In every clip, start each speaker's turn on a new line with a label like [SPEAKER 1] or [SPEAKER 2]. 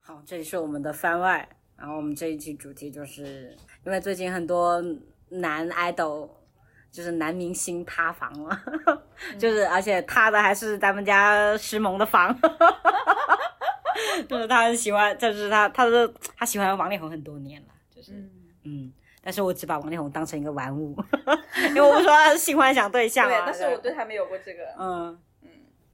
[SPEAKER 1] 好，这里是我们的番外，然后我们这一期主题就是因为最近很多男 idol，就是男明星塌房了， 就是
[SPEAKER 2] 嗯
[SPEAKER 1] 而且塌的还是咱们家石萌的房， 就是他很喜欢，就是他他的他喜欢王力宏很多年了，就是
[SPEAKER 2] 嗯，
[SPEAKER 1] 嗯。但是我只把王力宏当成一个玩物， 因为我不说他是性幻想对象
[SPEAKER 2] 对，
[SPEAKER 1] 啊。
[SPEAKER 2] 但是我对他没有过这个，
[SPEAKER 1] 嗯
[SPEAKER 2] 嗯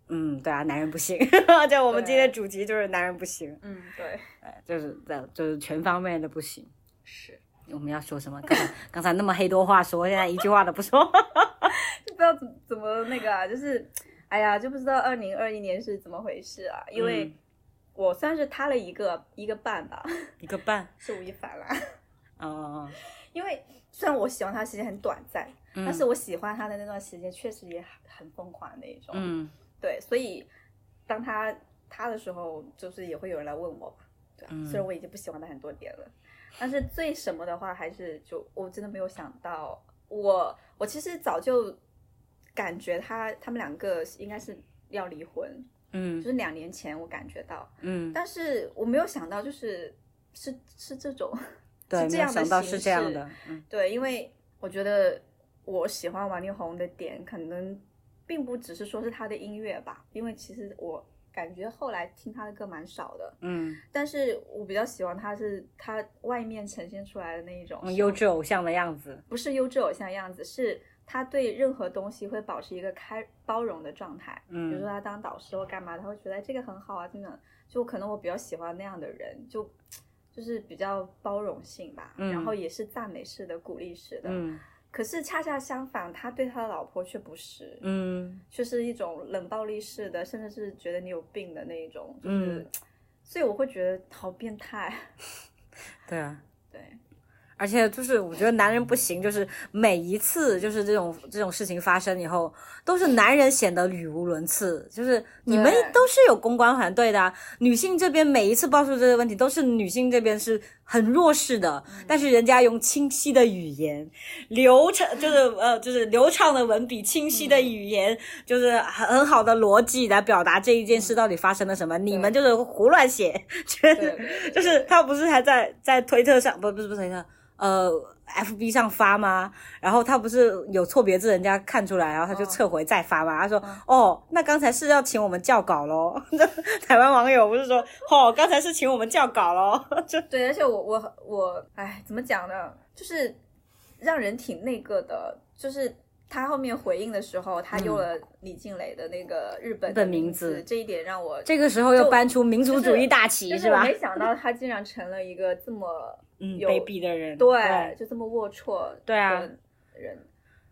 [SPEAKER 1] 嗯，对啊，男人不行， 就我们今天主题就是男人不行，
[SPEAKER 2] 嗯，对，
[SPEAKER 1] 哎就是在就是全方面的不行。
[SPEAKER 2] 是，
[SPEAKER 1] 我们要说什么？刚才刚才那么黑多话说，现在一句话都不说。
[SPEAKER 2] 不知道怎怎么那个啊，就是，哎呀，就不知道二零二一年是怎么回事啊，因为
[SPEAKER 1] 嗯
[SPEAKER 2] 我算是塌了一个一个半吧，
[SPEAKER 1] 一个半，
[SPEAKER 2] 是吴亦凡啦，
[SPEAKER 1] 哦，
[SPEAKER 2] 因为虽然我喜欢他的时间很短暂，
[SPEAKER 1] 嗯
[SPEAKER 2] 但是我喜欢他的那段时间确实也很很疯狂那一种，
[SPEAKER 1] 嗯
[SPEAKER 2] 对，所以当他他的时候，就是也会有人来问我吧，对、啊
[SPEAKER 1] 嗯
[SPEAKER 2] 虽然我已经不喜欢他很多年了，但是最什么的话，还是就我真的没有想到，我我其实早就感觉他他们两个应该是要离婚，就
[SPEAKER 1] 嗯
[SPEAKER 2] 是两年前我感觉到，
[SPEAKER 1] 嗯，
[SPEAKER 2] 但是我没有想到就是是是这种，
[SPEAKER 1] 对，
[SPEAKER 2] 是这
[SPEAKER 1] 没有
[SPEAKER 2] 样的
[SPEAKER 1] 想到是
[SPEAKER 2] 形
[SPEAKER 1] 这样
[SPEAKER 2] 式
[SPEAKER 1] 的，嗯
[SPEAKER 2] 对，因为我觉得我喜欢王力宏的点，可能并不只是说是他的音乐吧，因为其实我感觉后来听他的歌蛮少的，
[SPEAKER 1] 嗯
[SPEAKER 2] 但是我比较喜欢他是他外面呈现出来的那一种
[SPEAKER 1] 嗯，优，质偶像的样子，
[SPEAKER 2] 不是优质偶像样子，是他对任何东西会保持一个开包容的状态。比如
[SPEAKER 1] 嗯
[SPEAKER 2] 说他当导师或干嘛，他会觉得哎这个很好啊，真的，就可能我比较喜欢那样的人，就就是比较包容性吧，
[SPEAKER 1] 嗯
[SPEAKER 2] 然后也是赞美式的、鼓励式的。
[SPEAKER 1] 嗯
[SPEAKER 2] 可是恰恰相反，他对他的老婆却不是，
[SPEAKER 1] 嗯
[SPEAKER 2] 却是一种冷暴力式的，甚至是觉得你有病的那一种，就
[SPEAKER 1] 嗯
[SPEAKER 2] 是，所以我会觉得好变态。
[SPEAKER 1] 对啊。
[SPEAKER 2] 对，
[SPEAKER 1] 而且就是，我觉得男人不行，就是每一次就是这种这种事情发生以后，都是男人显得语无伦次。就是你们
[SPEAKER 2] 对
[SPEAKER 1] 都是有公关团队的、啊，女性这边每一次爆出这些问题，都是女性这边是很弱势的，
[SPEAKER 2] 嗯
[SPEAKER 1] 但是人家用清晰的语言，流畅就是呃就是流畅的文笔，清晰
[SPEAKER 2] 嗯
[SPEAKER 1] 的语言，就是很很好的逻辑来表达这一件事到底发生了什么。你们就是胡乱写， 全
[SPEAKER 2] 对对 对
[SPEAKER 1] 就是他不是还在在推特上，不不是不是推特，呃，FB 上发吗？然后他不是有错别字，人家看出来，然后他就
[SPEAKER 2] 嗯
[SPEAKER 1] 撤回再发嘛。他说：“哦，那刚才是要请我们校稿喽。” 台湾网友不是说：“哦，刚才是请我们校稿喽。
[SPEAKER 2] 对，而且我我我，哎，怎么讲呢？就是让人挺那个的，就是。他后面回应的时候，他用了李静蕾的那个日本
[SPEAKER 1] 嗯日本
[SPEAKER 2] 的
[SPEAKER 1] 名
[SPEAKER 2] 名
[SPEAKER 1] 字
[SPEAKER 2] 这一点让我”
[SPEAKER 1] 这个时候又
[SPEAKER 2] 就
[SPEAKER 1] 搬出民族主义
[SPEAKER 2] 就是
[SPEAKER 1] 大旗、
[SPEAKER 2] 就是是我
[SPEAKER 1] 吧
[SPEAKER 2] 没？想到他竟然成了一个这么
[SPEAKER 1] 嗯，
[SPEAKER 2] 有
[SPEAKER 1] 卑鄙的人，
[SPEAKER 2] 对，就这么龌龊
[SPEAKER 1] 对啊
[SPEAKER 2] 的人，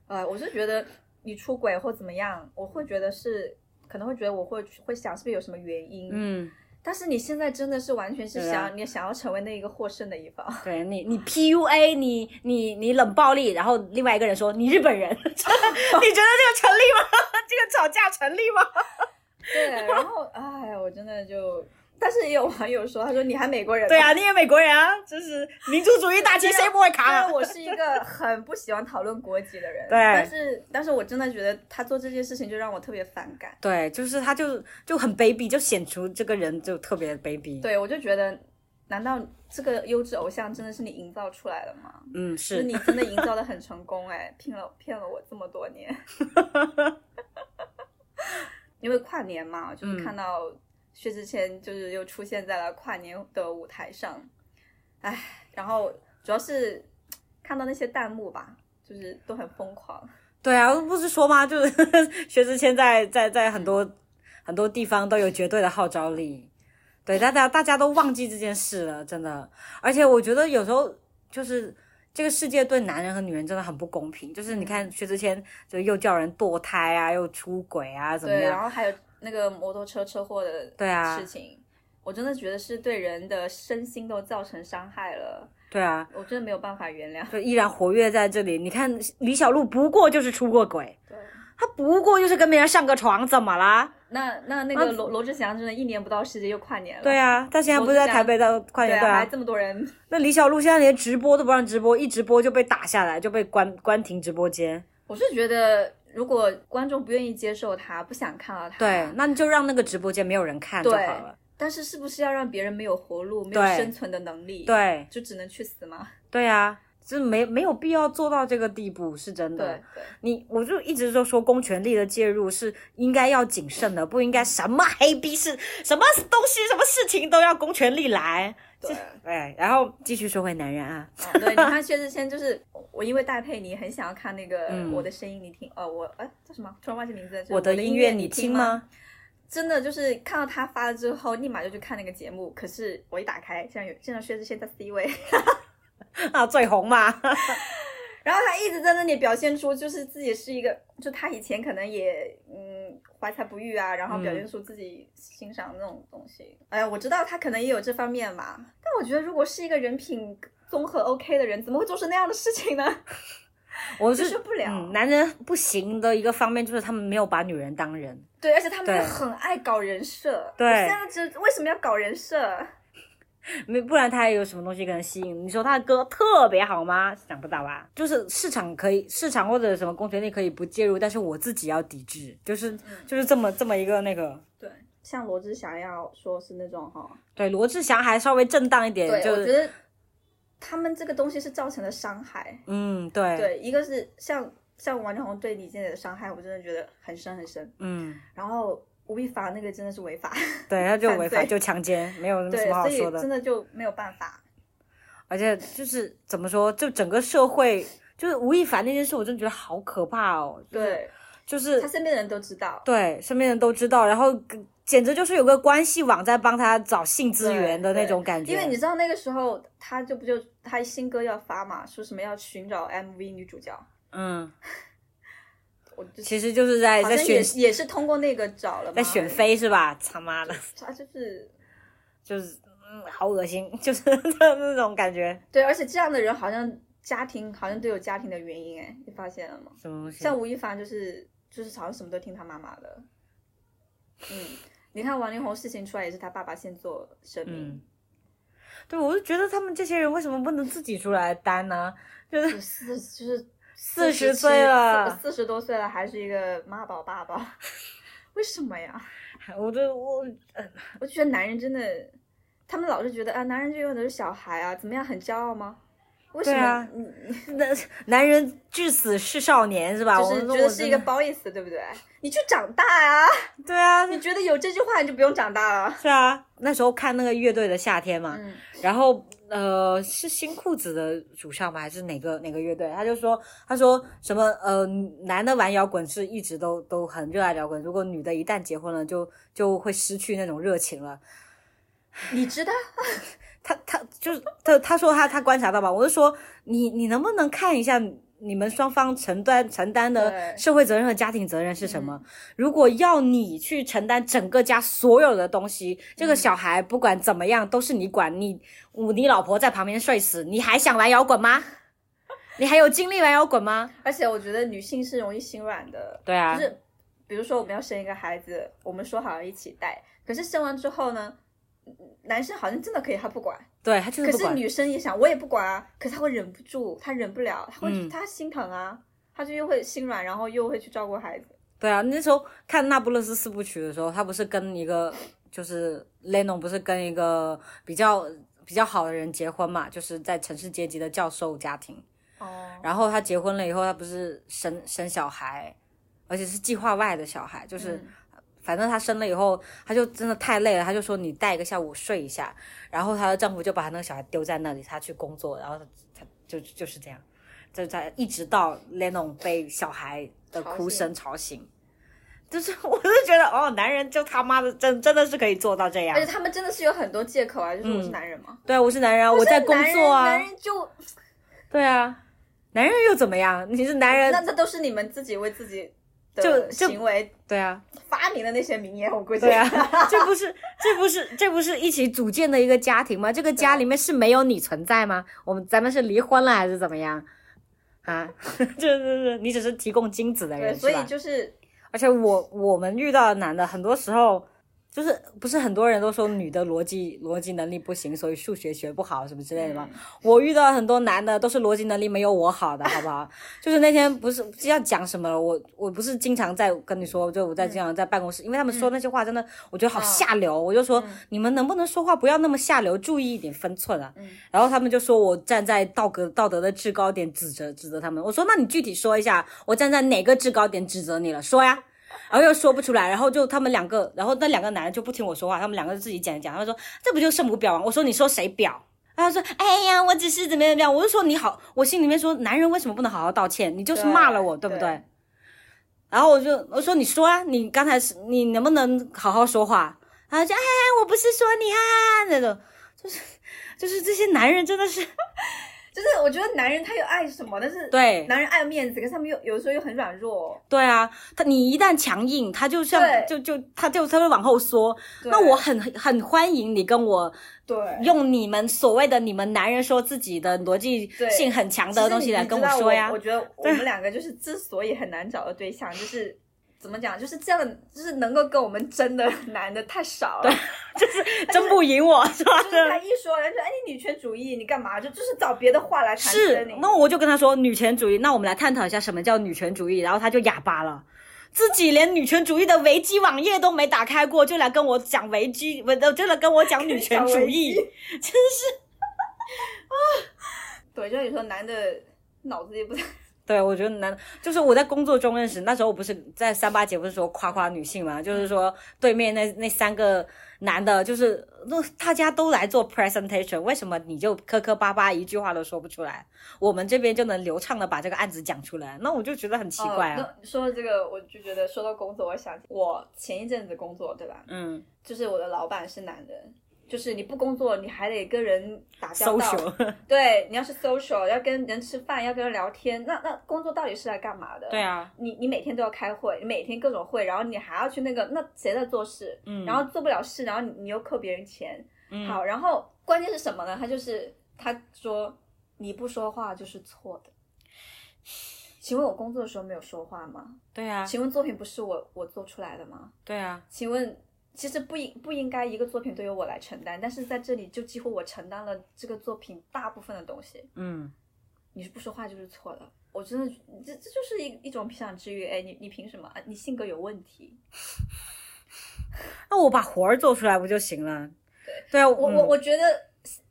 [SPEAKER 2] 呃，我是觉得你出轨或怎么样，我会觉得是可能会觉得我会会想是不是有什么原因，，
[SPEAKER 1] 嗯，
[SPEAKER 2] 但是你现在真的是完全是
[SPEAKER 1] 对啊
[SPEAKER 2] 想、你想要成为那一个获胜的一 方，
[SPEAKER 1] 对你，你 PUA，你你你冷暴力，然后另外一个人说你日本人， 你觉得这个成立吗？ 这个吵架成立吗？
[SPEAKER 2] 对，然后哎，我真的就，但是也有网友说，他说你还美国人，
[SPEAKER 1] 对啊，。你也美国人啊，就是民族主义大旗，谁不会
[SPEAKER 2] 虽
[SPEAKER 1] 扛
[SPEAKER 2] 然
[SPEAKER 1] 啊？
[SPEAKER 2] 我是一个很不喜欢讨论国籍的人，
[SPEAKER 1] 对
[SPEAKER 2] 但是但是我真的觉得他做这件事情就让我特别反感。
[SPEAKER 1] 对，就是他就就很卑鄙，就显出这个人就特别卑鄙。，
[SPEAKER 2] 对，我就觉得，难道这个优质偶像真的是你营造出来的吗？
[SPEAKER 1] 嗯，
[SPEAKER 2] 就是
[SPEAKER 1] 是
[SPEAKER 2] 你真的营造的很成功哎、骗了骗了我这么多年。因为跨年嘛，就是
[SPEAKER 1] 嗯
[SPEAKER 2] 看到薛之谦就是又出现在了跨年的舞台上，哎，然后主要是看到那些弹幕吧，就是都很疯狂。
[SPEAKER 1] 对啊，不是说吗？就是 薛之谦在在在很多、很多地方都有绝对的号召力。对，大家大家都忘记这件事了，真的。而且我觉得有时候就是这个世界对男人和女人真的很不公平。就是
[SPEAKER 2] 嗯
[SPEAKER 1] 你看薛之谦，就又叫人堕胎啊，又出轨啊，怎么
[SPEAKER 2] 对，然
[SPEAKER 1] 样？
[SPEAKER 2] 后还有那个摩托车车祸的
[SPEAKER 1] 对啊
[SPEAKER 2] 事情，我真的觉得是对人的身心都造成伤害了，
[SPEAKER 1] 对啊，
[SPEAKER 2] 我真的没有办法原谅。
[SPEAKER 1] 就依然活跃在这里。你看李小璐，不过就是出过轨，
[SPEAKER 2] 对，
[SPEAKER 1] 她不过就是跟别人上个床，怎么啦？
[SPEAKER 2] 那那那个罗罗志祥真的一年不到时间就跨年了，
[SPEAKER 1] 对啊，她现在不是在台北的跨
[SPEAKER 2] 对
[SPEAKER 1] 年
[SPEAKER 2] 啊，
[SPEAKER 1] 对
[SPEAKER 2] 还
[SPEAKER 1] 啊？
[SPEAKER 2] 这么多人，
[SPEAKER 1] 那李小璐现在连直播都不让直播，一直播就被打下来，就被关关停直播间。
[SPEAKER 2] 我是觉得如果观众不愿意接受他，不想看到他，
[SPEAKER 1] 对，那你就让那个直播间没有人看就好
[SPEAKER 2] 对
[SPEAKER 1] 了。
[SPEAKER 2] 但是是不是要让别人没有活路、没有
[SPEAKER 1] 对
[SPEAKER 2] 生存的能力，，
[SPEAKER 1] 对
[SPEAKER 2] 就只能去死吗？
[SPEAKER 1] 对啊，这没没有必要做到这个地步，是真的。
[SPEAKER 2] 对对，
[SPEAKER 1] 你我就一直就说公权力的介入是应该要谨慎的，不应该什么黑逼事、什么东西、什么事情都要公权力来。
[SPEAKER 2] 对，
[SPEAKER 1] 对，哎然后继续说回男人啊，
[SPEAKER 2] 啊对，你看薛之谦就是 我我，因为戴佩妮很想要看那个《我的声音你听》，呃，我哎叫什么？突然忘记名字了。就
[SPEAKER 1] 嗯
[SPEAKER 2] 是
[SPEAKER 1] 我的
[SPEAKER 2] 音
[SPEAKER 1] 音
[SPEAKER 2] 乐
[SPEAKER 1] 乐你
[SPEAKER 2] 听
[SPEAKER 1] 听？吗？
[SPEAKER 2] 真的就是看到他发了之后，立马就去看那个节目。可是我一打开，现在有现在薛之谦在 C 位，
[SPEAKER 1] 啊，最红嘛，
[SPEAKER 2] 然后他一直在那里表现出就是自己是一个，就他以前可能也嗯怀才不遇啊，然后
[SPEAKER 1] 嗯
[SPEAKER 2] 表现出自己欣赏那种东西。哎呀，我知道他可能也有这方面吧，但我觉得如果是一个人品综合 OK 的人，怎么会做出那样的事情呢？
[SPEAKER 1] 我
[SPEAKER 2] 接
[SPEAKER 1] 是
[SPEAKER 2] 受不了
[SPEAKER 1] 嗯男人不行的一个方面就是他们没有把女人当人，
[SPEAKER 2] 对，而且他们
[SPEAKER 1] 对
[SPEAKER 2] 又很爱搞人设。
[SPEAKER 1] 对
[SPEAKER 2] 我现在觉得为什么要搞人设？
[SPEAKER 1] 没不然他也有什么东西可能吸引？你说他的歌特别好吗？想不到吧？就是市场可以，市场或者什么公权力可以不介入，但是我自己要抵制，
[SPEAKER 2] 嗯
[SPEAKER 1] 就是就是这么这么一个那个。
[SPEAKER 2] 对，像罗志祥要说是那种哈，
[SPEAKER 1] 对，罗志祥还稍微震荡一点，
[SPEAKER 2] 对，
[SPEAKER 1] 就
[SPEAKER 2] 我觉
[SPEAKER 1] 是
[SPEAKER 2] 得他们这个东西是造成了伤害。
[SPEAKER 1] 嗯，对，
[SPEAKER 2] 对，一个是像像王力宏对李健的伤害，我真的觉得很深很深。
[SPEAKER 1] 嗯，
[SPEAKER 2] 然后吴亦凡那个真的是违 法，
[SPEAKER 1] 对，他就违法
[SPEAKER 2] 犯罪
[SPEAKER 1] 就强奸，没有什
[SPEAKER 2] 对
[SPEAKER 1] 么，好
[SPEAKER 2] 所以
[SPEAKER 1] 说
[SPEAKER 2] 真
[SPEAKER 1] 的。
[SPEAKER 2] 的就没有办法。
[SPEAKER 1] 而且就是怎么说，就整个社会，就是吴亦凡那件事，我真的觉得好可怕哦。就是，
[SPEAKER 2] 对
[SPEAKER 1] 就是
[SPEAKER 2] 他身边的人都知道，
[SPEAKER 1] 对，身边人都知道，然后跟简直就是有个关系网在帮他找性资源的那种感觉。
[SPEAKER 2] 因为你知道那个时候他就不就他新歌要发嘛，说什么要寻找 MV 女主角，
[SPEAKER 1] 嗯，
[SPEAKER 2] 我就
[SPEAKER 1] 其实就是在
[SPEAKER 2] 好
[SPEAKER 1] 在
[SPEAKER 2] 像也
[SPEAKER 1] 选
[SPEAKER 2] 是啊也是通过那个找了嘛，
[SPEAKER 1] 在选妃是吧？他妈的，
[SPEAKER 2] 他就是
[SPEAKER 1] 就是嗯，好恶心，就是 那种感觉。
[SPEAKER 2] 对，而且这样的人好像家庭好像都有家庭的原因，哎，你发现了吗？
[SPEAKER 1] 什么东西？
[SPEAKER 2] 像吴亦凡就是就是好像什么都听他妈妈的，嗯，你看王力宏事情出来也是他爸爸先做声
[SPEAKER 1] 嗯
[SPEAKER 2] 明，，
[SPEAKER 1] 对，我就觉得他们这些人为什么不能自己出来担呢？就是
[SPEAKER 2] 就四就是
[SPEAKER 1] 40
[SPEAKER 2] 47
[SPEAKER 1] 嗯岁了
[SPEAKER 2] 四十多岁了还是一个妈宝爸爸， 为什么呀？
[SPEAKER 1] 我就我
[SPEAKER 2] 我就觉得男人真的，他们老是觉得啊，男人就永远都是小孩啊，怎么样，很骄傲吗？为什
[SPEAKER 1] 对
[SPEAKER 2] 么
[SPEAKER 1] 啊
[SPEAKER 2] 你？你
[SPEAKER 1] 男男人至死是少年是吧？
[SPEAKER 2] 就
[SPEAKER 1] 我们
[SPEAKER 2] 是觉
[SPEAKER 1] 说
[SPEAKER 2] 得
[SPEAKER 1] 我
[SPEAKER 2] 是
[SPEAKER 1] 真
[SPEAKER 2] 一个
[SPEAKER 1] 的
[SPEAKER 2] 褒义词，对不对？你去长大啊！
[SPEAKER 1] 对啊，
[SPEAKER 2] 你觉得有这句话你就不用长大 了。
[SPEAKER 1] 是啊。那时候看那个乐队的夏天嘛，
[SPEAKER 2] 嗯，
[SPEAKER 1] 然后呃，是新裤子的主唱吗？还是哪个哪个乐队？他就说，他说什么呃，男的玩摇滚是一直都都很热爱摇滚，如果女的一旦结婚了，就就会失去那种热情了。
[SPEAKER 2] 你知道，
[SPEAKER 1] 他他就是他他说他他观察到吧，我就说你你能不能看一下你们双方承担承担的
[SPEAKER 2] 对嗯
[SPEAKER 1] 社会责任和家庭责任是什么？如果要你去承担整个家所有的东西，这
[SPEAKER 2] 嗯
[SPEAKER 1] 个小孩不管怎么样都是你管，你我你老婆在旁边睡死，你还想玩摇滚吗？你还有精力玩摇滚吗？
[SPEAKER 2] 嗯而且我觉得女性是容易心软的，
[SPEAKER 1] 对啊，
[SPEAKER 2] 就是比如说我们要生一个孩子，我们说好要一起带，可是生完之后呢，男生好像真的可以，他不管，
[SPEAKER 1] 对他就是
[SPEAKER 2] 可
[SPEAKER 1] 不
[SPEAKER 2] 是
[SPEAKER 1] 管，
[SPEAKER 2] 女生也想，我也不管啊，可是他会忍不住，他忍不了，他会、
[SPEAKER 1] 嗯
[SPEAKER 2] 他心疼啊，他就又会心软，然后又会去照顾孩子。
[SPEAKER 1] 对啊，那时候看《那不勒斯四部曲》的时候，他不是跟一个就是 Lennon 不是跟一个比较比较好的人结婚嘛，就是在城市阶级的教授家庭。
[SPEAKER 2] 哦，
[SPEAKER 1] 然后他结婚了以后，他不是生生小孩，而且是计划外的小孩，就是、
[SPEAKER 2] 嗯
[SPEAKER 1] 反正她生了以后，她就真的太累了，她就说你带一个下午睡一下。然后她的丈夫就把她那个小孩丢在那里，她去工作，然后她她就就是这样，就在一直到 Lennon 被小孩的哭声吵醒，就是我就觉得哦，男人就他妈的真真的是可以做到这样
[SPEAKER 2] 而且。他们真的是有很多借口啊，就是我是男人嘛，
[SPEAKER 1] 对啊，我是男人啊，我在工
[SPEAKER 2] 男人
[SPEAKER 1] 作啊
[SPEAKER 2] 男，人就
[SPEAKER 1] 对啊，男人又怎么样？你是男
[SPEAKER 2] 那
[SPEAKER 1] 人，
[SPEAKER 2] 那都是你们自己为自己
[SPEAKER 1] 呃就
[SPEAKER 2] 的
[SPEAKER 1] 就
[SPEAKER 2] 行为
[SPEAKER 1] 对啊，
[SPEAKER 2] 发明的那些名言，我估计。
[SPEAKER 1] 对啊， 这不是这不是这不是一起组建的一个家庭吗？这个
[SPEAKER 2] 啊
[SPEAKER 1] 家里面是没有你存在吗？我们咱们是离婚了还是怎么样？啊， 就是你只是提供精子的
[SPEAKER 2] 对，
[SPEAKER 1] 人
[SPEAKER 2] 所
[SPEAKER 1] 是
[SPEAKER 2] 以
[SPEAKER 1] 吧？
[SPEAKER 2] 就是
[SPEAKER 1] 而且我我们遇到的男的，很多时候就是不是很多人都说女的逻辑逻辑能力不行，所以数学学不好什么之类的吗？我遇到很多男的都是逻辑能力没有我好的，好不好？ 就是那天不是不知道讲什么了，我我不是经常在跟你说，就我在经常在办公室，因为他们说那些话真的，我觉得好下流，我就说你们能不能说话不要那么下流，注意一点分寸啊。然后他们就说我站在道德道德的制高点指责指责他们，我说那你具体说一下，我站在哪个制高点指责你了？说呀。然后又说不出来，然后就他们两个，然后那两个男的就不听我说话，他们两个就自己讲一讲，他们说这不就圣母婊吗？我说你说谁婊？然后他说哎呀，我只是怎么样怎么样，我就说你好，我心里面说男人为什么不能好好道歉？你就是骂了我，对
[SPEAKER 2] 对
[SPEAKER 1] 不对？然后我就我说你说啊，你刚才是你能不能好好说话？然后就哎，我不是说你啊那种，就是就是这些男人真的是
[SPEAKER 2] 就是我觉得男人他有爱什么，但是
[SPEAKER 1] 对
[SPEAKER 2] 男人爱面子，可是他们又有时候又很软弱。
[SPEAKER 1] 对啊，他你一旦强硬，他就像
[SPEAKER 2] 对
[SPEAKER 1] 就就他就他会往后缩。
[SPEAKER 2] 对
[SPEAKER 1] 那我很很欢迎你跟我
[SPEAKER 2] 对，
[SPEAKER 1] 用你们所谓的你们男人说自己的逻辑性很强的东西来跟
[SPEAKER 2] 我
[SPEAKER 1] 说呀
[SPEAKER 2] 我。觉得我们两个就是之所以很难找到对象，就是怎么讲，就是这样的，就是能够跟我们争的 男的太少了。
[SPEAKER 1] 争不赢我是吧？
[SPEAKER 2] 就是他一说，人家说哎你女权主义，你干嘛？就就是找别的话来谈
[SPEAKER 1] 是
[SPEAKER 2] 生你。，
[SPEAKER 1] 那我就跟他说女权主义，那我们来探讨一下什么叫女权主义，然后他就哑巴了。自己连女权主义的维基网页都没打开过，就来跟我讲维基，不，就来跟我讲女权 主义，
[SPEAKER 2] 对，就是有时候男的脑子也不太
[SPEAKER 1] 对，我觉得男就是我在工作中认识，那时候我不是在三八节不是说夸夸女性嘛，
[SPEAKER 2] 嗯
[SPEAKER 1] 就是说对面那那三个男的，就是那大家都来做 presentation，为什么你就磕磕巴巴一句话都说不出来？我们这边就能流畅的把这个案子讲出来，那我就觉得很奇怪啊。
[SPEAKER 2] 哦那说到这个，我就觉得说到工作，我想我前一阵子工作，对吧？
[SPEAKER 1] 嗯，
[SPEAKER 2] 就是我的老板是男人，就是你不工作，你还得跟人打交 道。
[SPEAKER 1] social，
[SPEAKER 2] 对，你要是 social，要跟人吃饭，要跟人聊天，那那工作到底是来干嘛的？
[SPEAKER 1] 对。啊，
[SPEAKER 2] 你你每天都要开会，你每天各种会，然后你还要去那个，那谁在做事？
[SPEAKER 1] 嗯
[SPEAKER 2] 然后做不了事，然后你你又扣别人钱。
[SPEAKER 1] 嗯
[SPEAKER 2] 好，然后关键是什么呢？他就是他说你不说话就是错的。请问我工作的时候没有说话吗？
[SPEAKER 1] 对啊，
[SPEAKER 2] 请问作品不是我我做出来的吗？
[SPEAKER 1] 对啊，
[SPEAKER 2] 请问其实不应不应该一个作品都由我来承担，但是在这里就几乎我承担了这个作品大部分的东西。
[SPEAKER 1] 嗯，
[SPEAKER 2] 你是不说话就是错的，我真的这这就是一一种平想之欲。哎，你你凭什么？啊你性格有问题。
[SPEAKER 1] 那我把活儿做出来不就行了？
[SPEAKER 2] 对，
[SPEAKER 1] 对啊，
[SPEAKER 2] 我
[SPEAKER 1] 嗯
[SPEAKER 2] 我我觉得，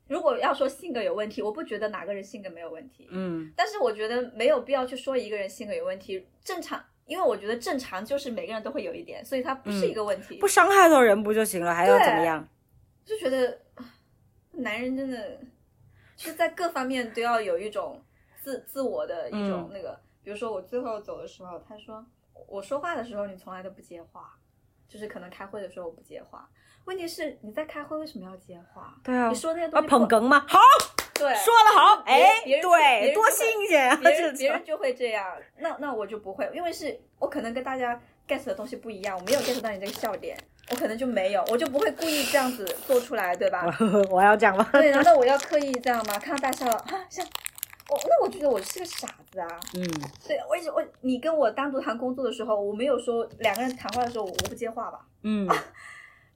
[SPEAKER 2] 如果要说性格有问题，我不觉得哪个人性格没有问题，
[SPEAKER 1] 嗯，
[SPEAKER 2] 但是我觉得没有必要去说一个人性格有问题。正常，因为我觉得正常就是每个人都会有一点，所以它不是一个问题。
[SPEAKER 1] 嗯不伤害到人不就行了？还要
[SPEAKER 2] 对
[SPEAKER 1] 怎么样？
[SPEAKER 2] 就觉得啊男人真的就是在各方面都要有一种自自我的一种
[SPEAKER 1] 嗯
[SPEAKER 2] 那个。比如说我最后走的时候，他说我说话的时候你从来都不接话，就是可能开会的时候我不接话。问题是你在开会为什么要接话？
[SPEAKER 1] 对啊
[SPEAKER 2] 你说那些东
[SPEAKER 1] 啊，
[SPEAKER 2] 西
[SPEAKER 1] 捧
[SPEAKER 2] 不
[SPEAKER 1] 哏吗？好，
[SPEAKER 2] 对
[SPEAKER 1] 说的好，
[SPEAKER 2] 别人
[SPEAKER 1] 哎，
[SPEAKER 2] 别人别
[SPEAKER 1] 对，
[SPEAKER 2] 人
[SPEAKER 1] 多
[SPEAKER 2] 就会
[SPEAKER 1] 新鲜啊！
[SPEAKER 2] 别
[SPEAKER 1] 这
[SPEAKER 2] 人别
[SPEAKER 1] 种
[SPEAKER 2] 人就会这样，那那我就不会，因为是我可能跟大家 get 的东西不一样，我没有 get 到你这个笑点，我可能就没有，我就不会故意这样子做出来，对吧？
[SPEAKER 1] 我要讲吗？
[SPEAKER 2] 对，难道我要刻意这样吗？看到大笑了，啊，像我那我就觉得我是个傻子啊！
[SPEAKER 1] 嗯，
[SPEAKER 2] 对，我一直我你跟我单独谈工作的时候，我没有说两个人谈话的时候我我不接话吧，
[SPEAKER 1] 嗯，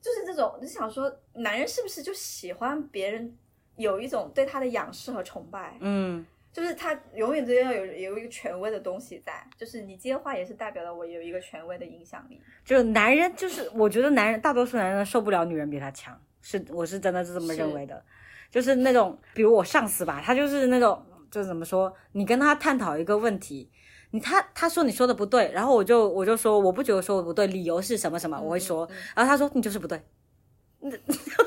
[SPEAKER 2] 就是这种，我就想说男人是不是就喜欢别人有一种对他的仰视和崇拜，
[SPEAKER 1] 嗯，
[SPEAKER 2] 就是他永远都要有有一个权威的东西在，就是你接话也是代表了我有一个权威的影响力。
[SPEAKER 1] 就男人就是，我觉得男人大多数男人受不了女人比他强，是我是真的是这么认为的，就是那种比如我上司吧，他就是那种就是怎么说，你跟他探讨一个问题。你他他说你说的不对，然后我就我就说我不觉得我说的不对，理由是什么什么，我会说，
[SPEAKER 2] 嗯
[SPEAKER 1] 然后他说你就是不对，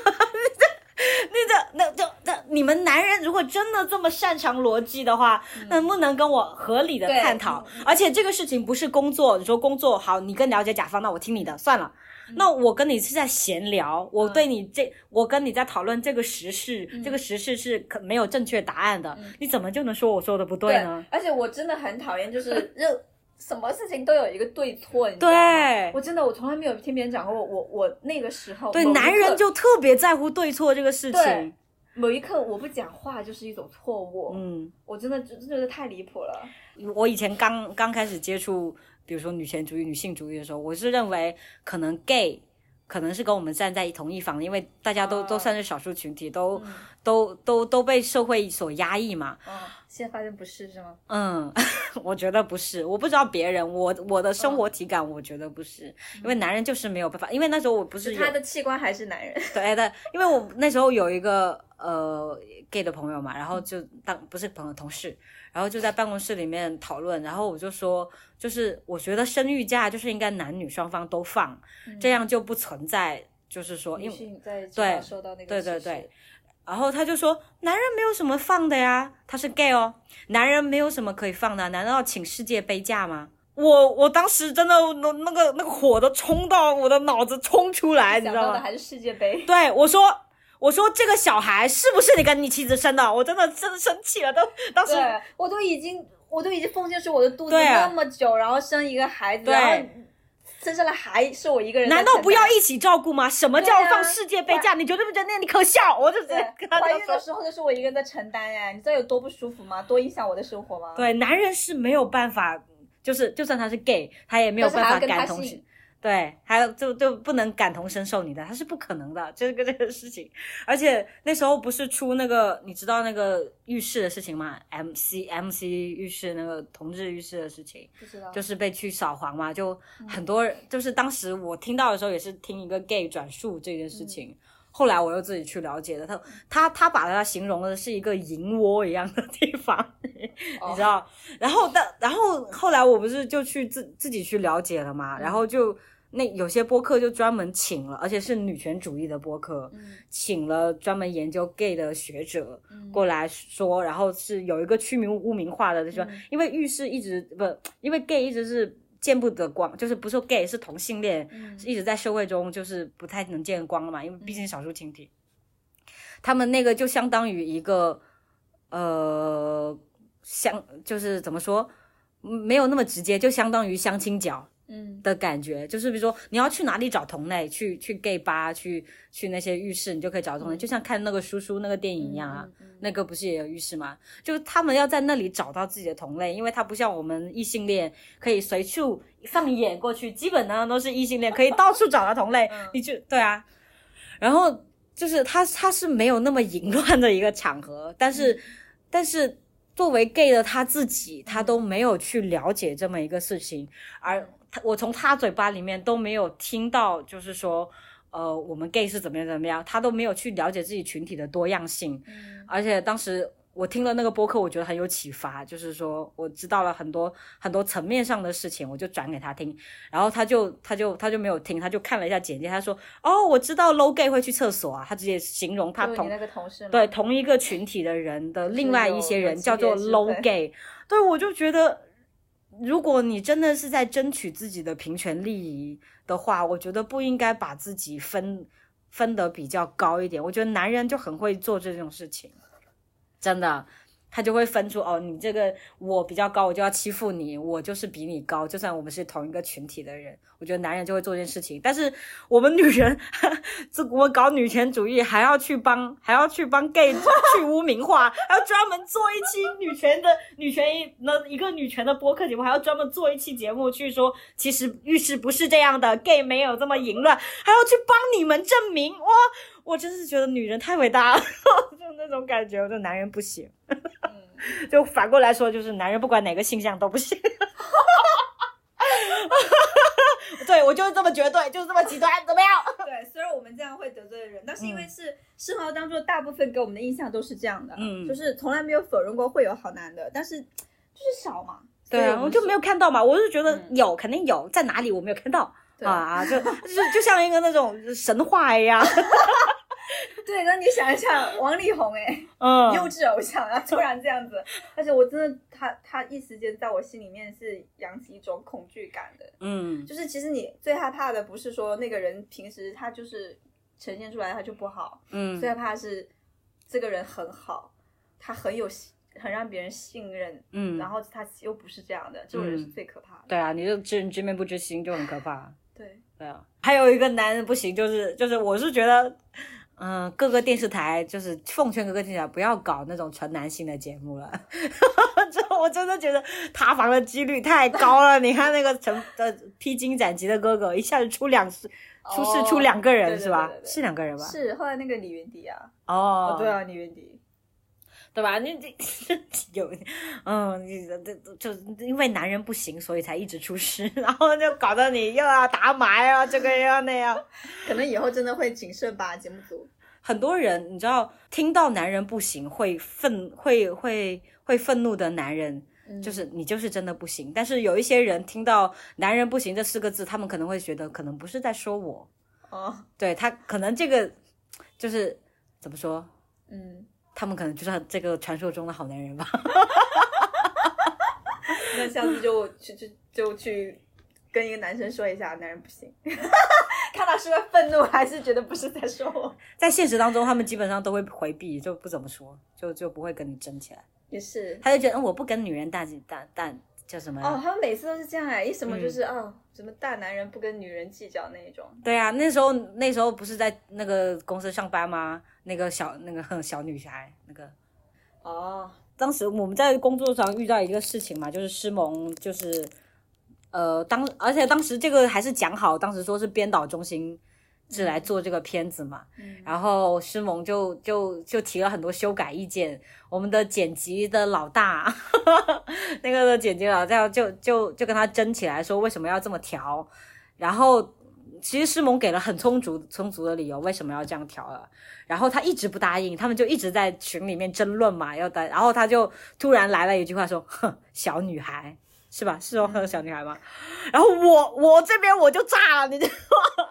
[SPEAKER 1] 你你这你这那就这你们男人如果真的这么擅长逻辑的话，能不能跟我合理的
[SPEAKER 2] 嗯对嗯
[SPEAKER 1] 探讨？而且这个事情不是工作，你说工作好，你更了解甲方，那我听你
[SPEAKER 2] 嗯
[SPEAKER 1] 的算了。那我跟你是在闲聊，我对你这，我跟你在讨论这个时事，
[SPEAKER 2] 嗯
[SPEAKER 1] 这个时事是可没有正确答案的，你怎么就能说我说的不对啊呢？
[SPEAKER 2] 而且我真的很讨厌，就是任 什么事情都有一个对错，你知道吗
[SPEAKER 1] 对
[SPEAKER 2] 我真的我从来没有听别人讲过，我我我那个时候
[SPEAKER 1] 对，
[SPEAKER 2] 某一刻
[SPEAKER 1] 男人就特别在乎对错这个事
[SPEAKER 2] 对
[SPEAKER 1] 情，
[SPEAKER 2] 某一刻我不讲话就是一种错误，
[SPEAKER 1] 嗯。
[SPEAKER 2] 我真的真的觉得太离谱了。
[SPEAKER 1] 我以前刚刚开始接触，比如说女权主义、女性主义的时候，我是认为可能 gay 可能是跟我们站在一同一方的，因为大家都、
[SPEAKER 2] 哦
[SPEAKER 1] 都算是少数群体，都、
[SPEAKER 2] 嗯
[SPEAKER 1] 都都都被社会所压抑嘛。
[SPEAKER 2] 哦，现在发现不是是吗？
[SPEAKER 1] 嗯， 我觉得不是，我不知道别人，我我的生活
[SPEAKER 2] 嗯
[SPEAKER 1] 体感，我觉得不是，因为男人就是没有办法，因为那时候我不是有
[SPEAKER 2] 他的器官还是男人，
[SPEAKER 1] 对的，因为我那时候有一个呃 gay 的朋友嘛，然后就当不是朋友同事，然后就在办公室里面讨论，然后我就说，就是我觉得生育假就是应该男女双方都放，这样就不存在就是说因为
[SPEAKER 2] 也许你在
[SPEAKER 1] 对
[SPEAKER 2] 受到那个
[SPEAKER 1] 对对
[SPEAKER 2] 歧视
[SPEAKER 1] 对，然后他就说，男人没有什么放的呀，他是 gay 哦，男人没有什么可以放的，啊难道请世界杯假吗？我我当时真的那那个那个火都冲到我的脑子冲出来，你知
[SPEAKER 2] 想
[SPEAKER 1] 道
[SPEAKER 2] 到
[SPEAKER 1] 吗
[SPEAKER 2] 的？还是世界 杯。
[SPEAKER 1] 对我说。我说这个小孩是不是你跟你妻子生的？我真的真的生气了，都当时
[SPEAKER 2] 对，我都已经，我都已经奉献出我的肚子
[SPEAKER 1] 对啊
[SPEAKER 2] 那么久，然后生一个孩子，
[SPEAKER 1] 对
[SPEAKER 2] 然后生下来还是我一个人在
[SPEAKER 1] 难
[SPEAKER 2] 承担。
[SPEAKER 1] 道不要一起照顾吗？什么叫
[SPEAKER 2] 对啊
[SPEAKER 1] 放世界杯假？你觉得不觉得你可笑？我就直接
[SPEAKER 2] 对啊
[SPEAKER 1] 跟他这
[SPEAKER 2] 怀
[SPEAKER 1] 样
[SPEAKER 2] 孕的
[SPEAKER 1] 说。
[SPEAKER 2] 时候就是我一个人在承担哎，你知道有多不舒服吗？多影响我的生活吗？，
[SPEAKER 1] 对，男人是没有办法，就是就算他是 gay，他也没有
[SPEAKER 2] 但是
[SPEAKER 1] 办
[SPEAKER 2] 还
[SPEAKER 1] 法
[SPEAKER 2] 要跟他
[SPEAKER 1] 感同身
[SPEAKER 2] 姓，，
[SPEAKER 1] 对，还有就就不能感同身受你的，他是不可能的，这个这个事情。而且那时候不是出那个你知道那个浴室的事情吗？MC MC 浴室那个同志浴室的事情。
[SPEAKER 2] 不知道
[SPEAKER 1] 就是被去扫黄嘛，就很多人，就是当时我听到的时候也是听一个 gay 转述这件事情，后来我又自己去了解的，他他他把它形容的是一个银窝一样的地方，
[SPEAKER 2] 哦
[SPEAKER 1] 你知道？然后但然后后来我不是就去自自己去了解了嘛，然后就那有些播客就专门请了，而且是女权主义的播客，
[SPEAKER 2] 嗯
[SPEAKER 1] 请了专门研究 gay 的学者
[SPEAKER 2] 嗯
[SPEAKER 1] 过来说，然后是有一个区名污名化的，就说
[SPEAKER 2] 嗯
[SPEAKER 1] 因为浴室一直不，因为 gay 一直是。见不得光，就是不是说 gay 是同性恋，
[SPEAKER 2] 嗯
[SPEAKER 1] 是一直在社会中就是不太能见光了嘛，因为
[SPEAKER 2] 嗯
[SPEAKER 1] 毕竟少数群体。他们那个就相当于一个呃，相就是怎么说，嗯没有那么直接，就相当于相亲角
[SPEAKER 2] 嗯
[SPEAKER 1] 的感觉。就是比如说你要去哪里找同类，去去 gay 吧，去去那些浴室，你就可以找到同类，就像看那个叔叔那个电影一样啊。
[SPEAKER 2] 嗯嗯
[SPEAKER 1] 那个不是也有浴室吗？就是他们要在那里找到自己的同类，因为他不像我们异性恋可以随处放眼过去，基本上都是异性恋可以到处找到同类，你就对啊。然后就是他他是没有那么淫乱的一个场合，但是、但是作为 gay 的他自己，他都没有去了解这么一个事情，而他我从他嘴巴里面都没有听到，就是说。呃，我们 gay 是怎么样怎么样，他都没有去了解自己群体的多样性，
[SPEAKER 2] 嗯
[SPEAKER 1] 而且当时我听了那个播客，我觉得很有启发，就是说我知道了很多很多层面上的事情，我就转给他听，然后他就他就他就没有听，他就看了一下简介，他说哦，我知道 low gay 会去厕所啊，他直接形容他
[SPEAKER 2] 就是
[SPEAKER 1] 同
[SPEAKER 2] 你那个同事吗
[SPEAKER 1] 对同一个群体的人的另外一些人
[SPEAKER 2] 有
[SPEAKER 1] 叫做
[SPEAKER 2] 有区别之
[SPEAKER 1] low
[SPEAKER 2] 分
[SPEAKER 1] gay，对我就觉得，如果你真的是在争取自己的平权利益的话，我觉得不应该把自己分分得比较高一点。我觉得男人就很会做这种事情，真的。他就会分出哦，你这个我比较高，我就要欺负你，我就是比你高，就算我们是同一个群体的人，我觉得男人就会做这件事情。但是我们女人， 这我搞女权主义，还要去帮， 还要去帮 gay 去污名化，还要专门做一期女权的女权一那一个女权的播客节目，还要专门做一期节目去说，其实浴室不是这样的，gay 没有这么淫乱，还要去帮你们证明，哇，我真是觉得女人太伟大了， 就那种感觉，我觉得男人不行。
[SPEAKER 2] 嗯
[SPEAKER 1] 就反过来说，就是男人不管哪个性向都不行。 对，我就是这么绝对，就是这么极端，怎么样？
[SPEAKER 2] 对，虽然我们这样会得罪人，但是因为是生活当中大部分给我们的印象都是这样的，
[SPEAKER 1] 嗯
[SPEAKER 2] 就是从来没有否认过会有好男的，但是就是少嘛。
[SPEAKER 1] 对
[SPEAKER 2] 所以
[SPEAKER 1] 啊，
[SPEAKER 2] 们
[SPEAKER 1] 我就没有看到嘛，我是觉得
[SPEAKER 2] 嗯
[SPEAKER 1] 有，肯定有，在哪里我没有看到
[SPEAKER 2] 对
[SPEAKER 1] 啊啊，就就就像一个那种神话一样，
[SPEAKER 2] 对，那你想一想，王力宏哎，
[SPEAKER 1] 嗯，
[SPEAKER 2] 幼稚偶像，啊然后突然这样 子，而且我真的，他他一时间在我心里面是扬起一种恐惧感的。
[SPEAKER 1] 嗯，
[SPEAKER 2] 就是其实你最害怕的不是说那个人平时他就是呈现出来他就不好，
[SPEAKER 1] 嗯
[SPEAKER 2] 最害怕是这个人很好，他很有信很让别人信任，
[SPEAKER 1] 嗯
[SPEAKER 2] 然，后他又不是这样的，这种人是最可怕的。
[SPEAKER 1] 对啊，你就知人知面不知心，就很可怕。
[SPEAKER 2] 对，
[SPEAKER 1] 对啊，还有一个男人不行，就是就是，我是觉得，嗯、各个电视台就是奉劝各个电视台不要搞那种纯男性的节目了。 这我真的觉得塌房的几率太高了。你看那个陈呃《披荆斩棘的哥哥》，一下子出两次出事出两个
[SPEAKER 2] 哦对
[SPEAKER 1] 人
[SPEAKER 2] 对
[SPEAKER 1] 是吧
[SPEAKER 2] 对对？对
[SPEAKER 1] 是两个人吧？
[SPEAKER 2] 哦是后来那个李云迪啊，
[SPEAKER 1] 哦
[SPEAKER 2] 哦，对啊，李云迪，
[SPEAKER 1] 对吧？你 这有，嗯，你这这就因为男人不行，所以才一直出事， 然后就搞得你又要打麻呀，这个又要那样。
[SPEAKER 2] 可能以后真的会谨慎吧，节目组。
[SPEAKER 1] 很多人你知道，听到男人不行会愤会会会愤怒的男人，
[SPEAKER 2] 嗯
[SPEAKER 1] 就是你就是真的不行。但是有一些人听到“男人不行”这四个字，他们可能会觉得可能不是在说我，
[SPEAKER 2] 哦，
[SPEAKER 1] 对他可能这个就是怎么说，
[SPEAKER 2] 嗯，
[SPEAKER 1] 他们可能就是这个传说中的好男人吧。
[SPEAKER 2] 那下次就去就就去跟一个男生说一下，男人 不行，看他是会愤怒还是觉得不是在说我。
[SPEAKER 1] 在现实当中，他们基本上都会回避，就不怎么说，就就不会跟你争起来。
[SPEAKER 2] 也是，
[SPEAKER 1] 他就觉得、嗯、我不跟女人大大大叫什么、啊
[SPEAKER 2] 哦，他们每次都是这样哎，一什么
[SPEAKER 1] 嗯
[SPEAKER 2] 就是、哦，什么大男人不跟女人计较那一种。
[SPEAKER 1] 对啊，那时候那时候不是在那个公司上班吗？那个小那个小女孩，那个
[SPEAKER 2] 哦，
[SPEAKER 1] 当时我们在工作上遇到一个事情嘛，就是师萌就是呃当而且当时这个还是讲好，当时说是编导中心是来做这个片子嘛，
[SPEAKER 2] 嗯
[SPEAKER 1] 然后师萌就就就提了很多修改意见，我们的剪辑的老大， 那个剪辑老大就就就跟他争起来，说为什么要这么调，然后。其实师萌给了很充足充足的理由，为什么要这样调了？然后他一直不答应，他们就一直在群里面争论嘛，要答。然后他就突然来了一句话说：“哼，小女孩是吧？是说
[SPEAKER 2] 嗯
[SPEAKER 1] 哼小女孩吗？”然后我我这边我就炸了，你知道吗？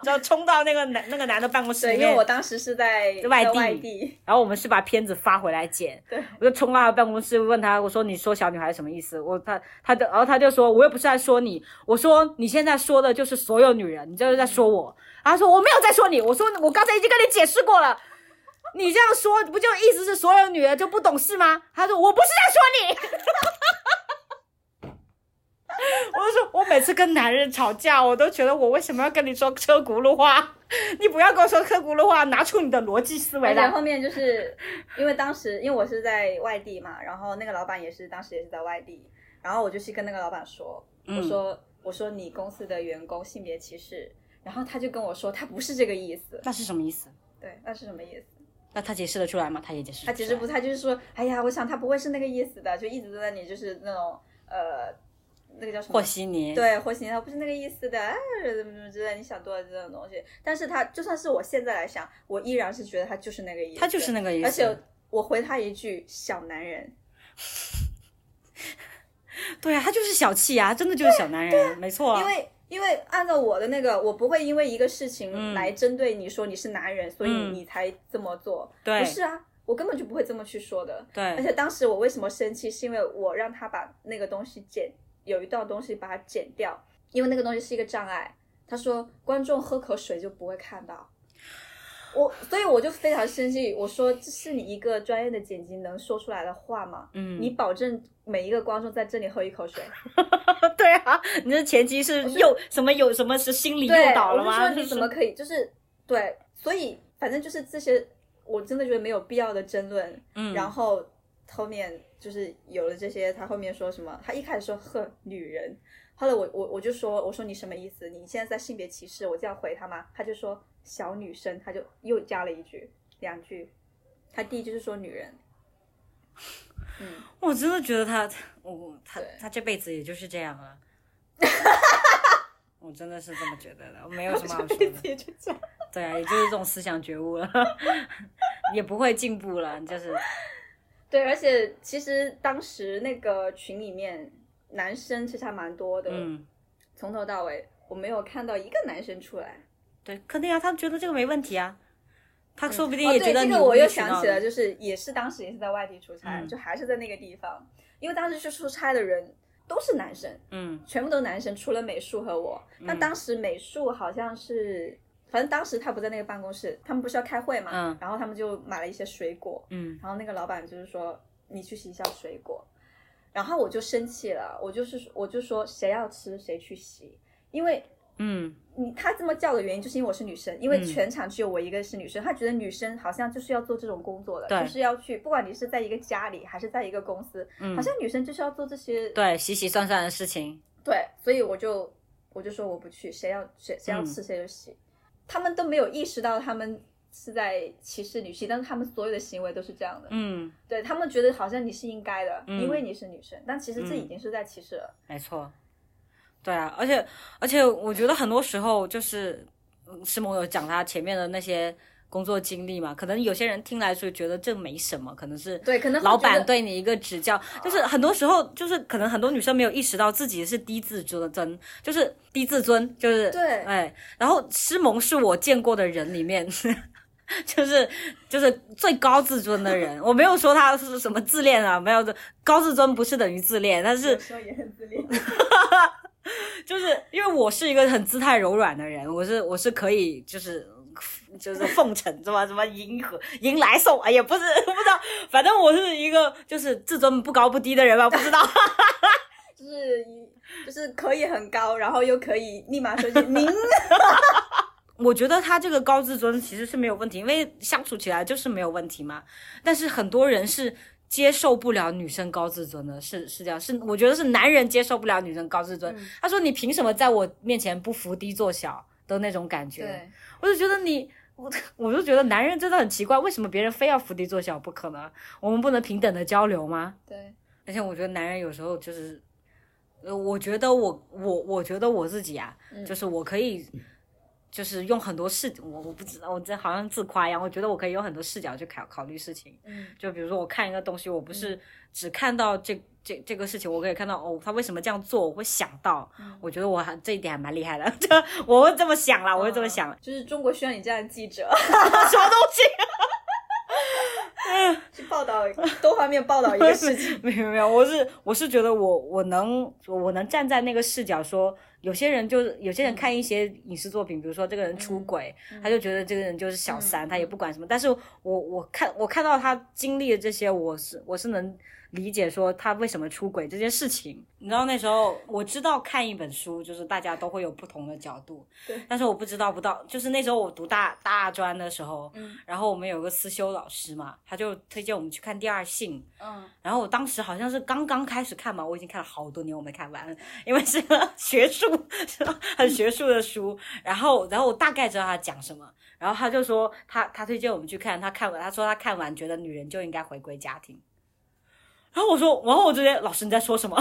[SPEAKER 1] 就冲到那个男那个男的办公室里
[SPEAKER 2] 对，
[SPEAKER 1] 面，
[SPEAKER 2] 因为我当时是在
[SPEAKER 1] 外
[SPEAKER 2] 在
[SPEAKER 1] 地
[SPEAKER 2] 外地，
[SPEAKER 1] 然后我们是把片子发回来剪，
[SPEAKER 2] 对，
[SPEAKER 1] 我就冲到他办公室问他，我说你说小女孩什么意思？我他他就然后他就说，我又不是在说你，我说你现在说的就是所有女人，你就是在说我。然后他说我没有在说你，我说我刚才已经跟你解释过了，你这样说不就意思是所有女人就不懂事吗？他说我不是在说你。 我就说，我每次跟男人吵架，我都觉得我为什么要跟你说车轱辘话？你不要跟我说车轱辘话，拿出你的逻辑思维
[SPEAKER 2] 而且
[SPEAKER 1] 来。
[SPEAKER 2] 哎后面就是因为当时因为我是在外地嘛，然后那个老板也是当时也是在外地，然后我就去跟那个老板说，
[SPEAKER 1] 嗯
[SPEAKER 2] 我说、我说你公司的员工性别歧视，然后他就跟我说他不是这个意思，
[SPEAKER 1] 那是什么意思？
[SPEAKER 2] 对，那是什么意思？
[SPEAKER 1] 那他解释得出来吗？他也解释出
[SPEAKER 2] 他
[SPEAKER 1] 来。
[SPEAKER 2] 其实不，他就是说，哎呀，我想他不会是那个意思的，就一直都在你就是那种呃，那个叫什么
[SPEAKER 1] 和稀泥。，
[SPEAKER 2] 对，火星它不是那个意思的，哎，怎么怎么之类，你想多了这种东西。但是它就算是我现在来想，我依然是觉得它就是那个意思，
[SPEAKER 1] 他就是那个意思。
[SPEAKER 2] 而且我回他一句“小男人
[SPEAKER 1] 对啊，他就是小气啊，真的就是小男人，没”，错啊。
[SPEAKER 2] 因为因为按照我的那个，我不会因为一个事情来针对你说你是男人，所以
[SPEAKER 1] 嗯
[SPEAKER 2] 你才这么做。
[SPEAKER 1] 对
[SPEAKER 2] 不是啊，我根本就不会这么去说的。而
[SPEAKER 1] 对
[SPEAKER 2] 且当时我为什么生气，是因为我让他把那个东西剪，有一段东西把它剪掉，因为那个东西是一个障碍。他说观众喝口水就不会看到。我，所以我就非常生气。我说，这是你一个专业的剪辑能说出来的话吗？
[SPEAKER 1] 嗯，
[SPEAKER 2] 你保证每一个观众在这里喝一口水？
[SPEAKER 1] 对啊，你这前提是诱什么有什么是心理诱
[SPEAKER 2] 对，
[SPEAKER 1] 导了
[SPEAKER 2] 我
[SPEAKER 1] 吗？
[SPEAKER 2] 就说你怎么可以？就是对，所以反正就是这些，我真的觉得没有必要的争论。
[SPEAKER 1] 嗯，
[SPEAKER 2] 然后后面就是有了这些，他后面说什么？他一开始说呵女人，后来我我我就说我说你什么意思？你现在在性别歧视？我这样回他吗？他就说小女生，他就又加了一句两句，他第一句是说女人，嗯，
[SPEAKER 1] 我真的觉得他，我他
[SPEAKER 2] 对
[SPEAKER 1] 他这辈子也就是这样 啊。我真的是这么觉得的，我没有什么好说
[SPEAKER 2] 这
[SPEAKER 1] 的。
[SPEAKER 2] 己就这样。
[SPEAKER 1] 对啊，也就是这种思想觉悟了， 也不会进步了，就是
[SPEAKER 2] 对，而且其实当时那个群里面男生其实还蛮多的，
[SPEAKER 1] 嗯，
[SPEAKER 2] 从头到尾我没有看到一个男生出来。
[SPEAKER 1] 对，肯定啊，他觉得这个没问题啊，他说不定
[SPEAKER 2] 哦，
[SPEAKER 1] 也
[SPEAKER 2] 对，
[SPEAKER 1] 觉得
[SPEAKER 2] 这
[SPEAKER 1] 你、
[SPEAKER 2] 个我又想起了，，就是也是当时也是在外地出差，
[SPEAKER 1] 嗯
[SPEAKER 2] 就还是在那个地方，因为当时去出差的人都是男生，
[SPEAKER 1] 嗯
[SPEAKER 2] 全部都是男生，除了美术和我。那当时美术好像是，反正当时他不在那个办公室，他们不是要开会嘛，
[SPEAKER 1] 嗯
[SPEAKER 2] 然后他们就买了一些水果，
[SPEAKER 1] 嗯，
[SPEAKER 2] 然后那个老板就是说你去洗一下水果，然后我就生气了，我就是我就说谁要吃谁去洗，因为
[SPEAKER 1] 嗯
[SPEAKER 2] 你他这么叫的原因，就是因为我是女生，因为
[SPEAKER 1] 嗯
[SPEAKER 2] 全场只有我一个是女生，他觉得女生好像就是要做这种工作的，
[SPEAKER 1] 对
[SPEAKER 2] 就是要去，不管你是在一个家里还是在一个公司，
[SPEAKER 1] 嗯
[SPEAKER 2] 好像女生就是要做这些，
[SPEAKER 1] 对，洗洗涮涮的事情，
[SPEAKER 2] 对所以我就我就说我不去，谁要谁谁要
[SPEAKER 1] 嗯
[SPEAKER 2] 吃谁就洗。他们都没有意识到他们是在歧视女性，但是他们所有的行为都是这样的。
[SPEAKER 1] 嗯，
[SPEAKER 2] 对他们觉得好像你是应该的，
[SPEAKER 1] 嗯
[SPEAKER 2] 因为你是女生，但其实这已经是在歧视了。
[SPEAKER 1] 没错，对啊，而且而且我觉得很多时候就是，嗯师母有讲她前面的那些工作经历嘛，可能有些人听来说觉得这没什么，可能是
[SPEAKER 2] 对，可能会
[SPEAKER 1] 老
[SPEAKER 2] 觉
[SPEAKER 1] 板
[SPEAKER 2] 得
[SPEAKER 1] 对你一个指教，就是很多时候就是可能很多女生没有意识到自己是低自尊，就是低自尊，就是
[SPEAKER 2] 对
[SPEAKER 1] 哎，然后师萌是我见过的人里面。 就是就是最高自尊的人，我没有说他是什么自恋啊，没有的，高自尊不是等于自恋，但是
[SPEAKER 2] 有时候也很自恋。
[SPEAKER 1] 就是因为我是一个很姿态柔软的人，我是我是可以就是就是奉承什么什么迎合迎来送，哎呀不是不知道，反正我是一个就是自尊不高不低的人吧，不知道。
[SPEAKER 2] 就是一就是可以很高，然后又可以立马说句您，
[SPEAKER 1] 我觉得他这个高自尊其实是没有问题，因为相处起来就是没有问题嘛。但是很多人是接受不了女生高自尊的，是是这样，是我觉得是男人接受不了女生高自尊。他说你凭什么在我面前不伏低做小的那种感觉？
[SPEAKER 2] 对，
[SPEAKER 1] 我就觉得你，我我就觉得男人真的很奇怪，为什么别人非要伏地做小不可呢？我们不能平等的交流吗？
[SPEAKER 2] 对，
[SPEAKER 1] 而且我觉得男人有时候就是，呃，我觉得我我我觉得我自己啊，就是我可以，就是用很多视，我我不知道，我这好像自夸一样，我觉得我可以用很多视角去考考虑事情。
[SPEAKER 2] 嗯，
[SPEAKER 1] 就比如说我看一个东西，我不是只看到这这这个事情，我可以看到哦，他为什么这样做，我会想到，我觉得我还这一点还蛮厉害的， 这我会这么想啦，我会这么
[SPEAKER 2] 嗯
[SPEAKER 1] 想啦。
[SPEAKER 2] 就是中国需要你这样的记者
[SPEAKER 1] 什么东西？
[SPEAKER 2] 去报道多方面报道一个事情。
[SPEAKER 1] 没有没有，我是我是觉得我我能我能站在那个视角说，有些人就是有些人看一些影视作品，比如说这个人出轨，他就觉得这个人就是小三，他也不管什么。但是我我看我看到他经历的这些，我是我是能理解说他为什么出轨这件事情。你知道那时候我知道看一本书，就是大家都会有不同的角度，但是我不知道不到，就是那时候我读大大专的时候，然后我们有个思修老师嘛，他就推荐我们去看《第二性》。
[SPEAKER 2] 嗯，
[SPEAKER 1] 然后我当时好像是刚刚开始看嘛，我已经看了好多年我没看完，因为是个 学术，是个很学术的书。然后，然后我大概知道他讲什么。然后他就说他他推荐我们去看，他看完他说他看完觉得女人就应该回归家庭。然后我说，然后我直接老师你在说什么？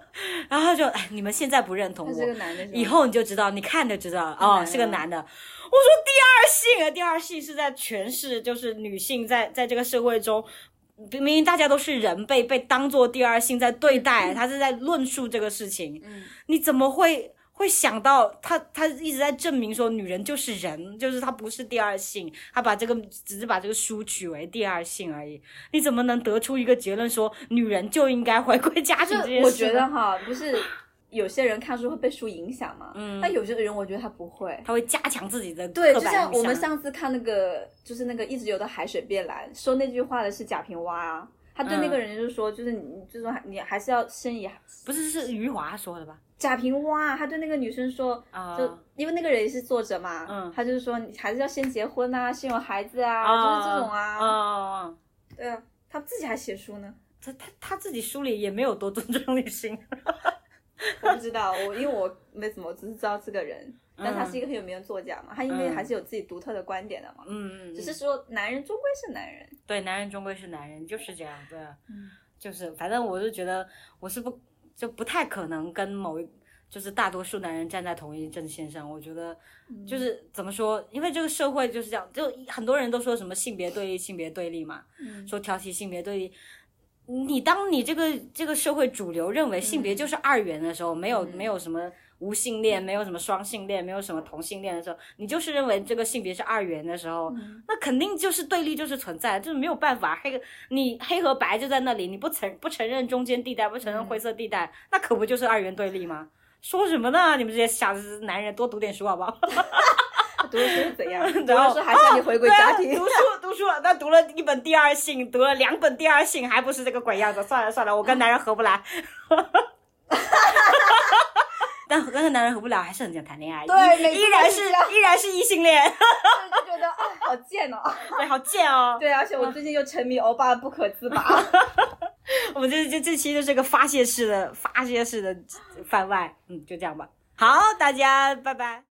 [SPEAKER 1] 然后他就哎，你们现在不认同
[SPEAKER 2] 他
[SPEAKER 1] 我
[SPEAKER 2] 是，个男的，
[SPEAKER 1] 以后你就知道，你看就知道
[SPEAKER 2] 个男
[SPEAKER 1] 哦，
[SPEAKER 2] 的
[SPEAKER 1] 是个男的。我说第二性啊，第二性是在诠释，就是女性在在这个社会中，明明大家都是人，被被当做第二性在对待， 他是在论述这个事情。
[SPEAKER 2] 嗯，
[SPEAKER 1] 你怎么会会想到他？他一直在证明说，女人就是人，就是她不是第二性，他把这个只是把这个书取为第二性而已。你怎么能得出一个结论说，女人就应该 回归家庭这件事呢？
[SPEAKER 2] 我觉得哈，不是有些人看书会被书影响嘛，嗯，但有些人我觉得他不会。
[SPEAKER 1] 他会加强自己的
[SPEAKER 2] 对，
[SPEAKER 1] 刻
[SPEAKER 2] 就
[SPEAKER 1] 板
[SPEAKER 2] 像
[SPEAKER 1] 印
[SPEAKER 2] 我们
[SPEAKER 1] 象
[SPEAKER 2] 上次看那个，就是那个一直游到海水变蓝，说那句话的是贾平凹啊，他
[SPEAKER 1] 嗯
[SPEAKER 2] 对那个人就说，就是你，就是说你还是要深以
[SPEAKER 1] 不是是余华说的吧？
[SPEAKER 2] 贾平凹啊，他对那个女生说，
[SPEAKER 1] 啊
[SPEAKER 2] 就因为那个人也是作者嘛，
[SPEAKER 1] 嗯
[SPEAKER 2] 他就是说你还是要先结婚啊，先有孩子啊，就是这种啊，
[SPEAKER 1] 啊，
[SPEAKER 2] 对啊，他自己还写书呢，
[SPEAKER 1] 他他他自己书里也没有多尊重女性，
[SPEAKER 2] 我不知道，我因为我没怎么，我只是知道这个人，但他是一个很有名的作家嘛，他因为
[SPEAKER 1] 嗯
[SPEAKER 2] 还是有自己独特的观点的嘛，
[SPEAKER 1] 嗯嗯，
[SPEAKER 2] 只是说男人终归是男人，
[SPEAKER 1] 对，男人终归是男人，就是这样，对啊，
[SPEAKER 2] 嗯
[SPEAKER 1] 就是反正我是觉得我是不就不太可能跟某一。就是大多数男人站在同一阵线上，我觉得就是怎么说，因为这个社会就是这样，就很多人都说什么性别对立、性别对立嘛，
[SPEAKER 2] 嗯
[SPEAKER 1] 说挑起性别对立。你当你这个这个社会主流认为性别就是二元的时候，没有没有什么无性恋，没有什么双性恋，没有什么同性恋的时候，你就是认为这个性别是二元的时候，那肯定就是对立就是存在，就是没有办法，黑你黑和白就在那里，你不承不承认中间地带，不承认灰色地带，那可不就是二元对立吗？说什么呢？你们这些傻子男人，多读点书好不好？
[SPEAKER 2] 读了书怎样？读
[SPEAKER 1] 然
[SPEAKER 2] 了
[SPEAKER 1] 后
[SPEAKER 2] 书还是要你回归家庭
[SPEAKER 1] 对啊、。读书读书，那读了一本第二性，读了两本第二性，还不是这个鬼样子？算了算了，我跟男人合不来。 但跟个男人合不了，还是很想谈恋爱，
[SPEAKER 2] 对
[SPEAKER 1] 依
[SPEAKER 2] 每次
[SPEAKER 1] 依然
[SPEAKER 2] 都
[SPEAKER 1] 是
[SPEAKER 2] 是这样
[SPEAKER 1] 依然是异性 恋，
[SPEAKER 2] 就觉得啊，好贱哦！
[SPEAKER 1] 对，好贱哦！
[SPEAKER 2] 对，而且我最近又沉迷欧巴不可自拔。
[SPEAKER 1] 我们这这这期就是个发泄式的发泄式的番外，嗯，就这样吧。好，大家拜拜。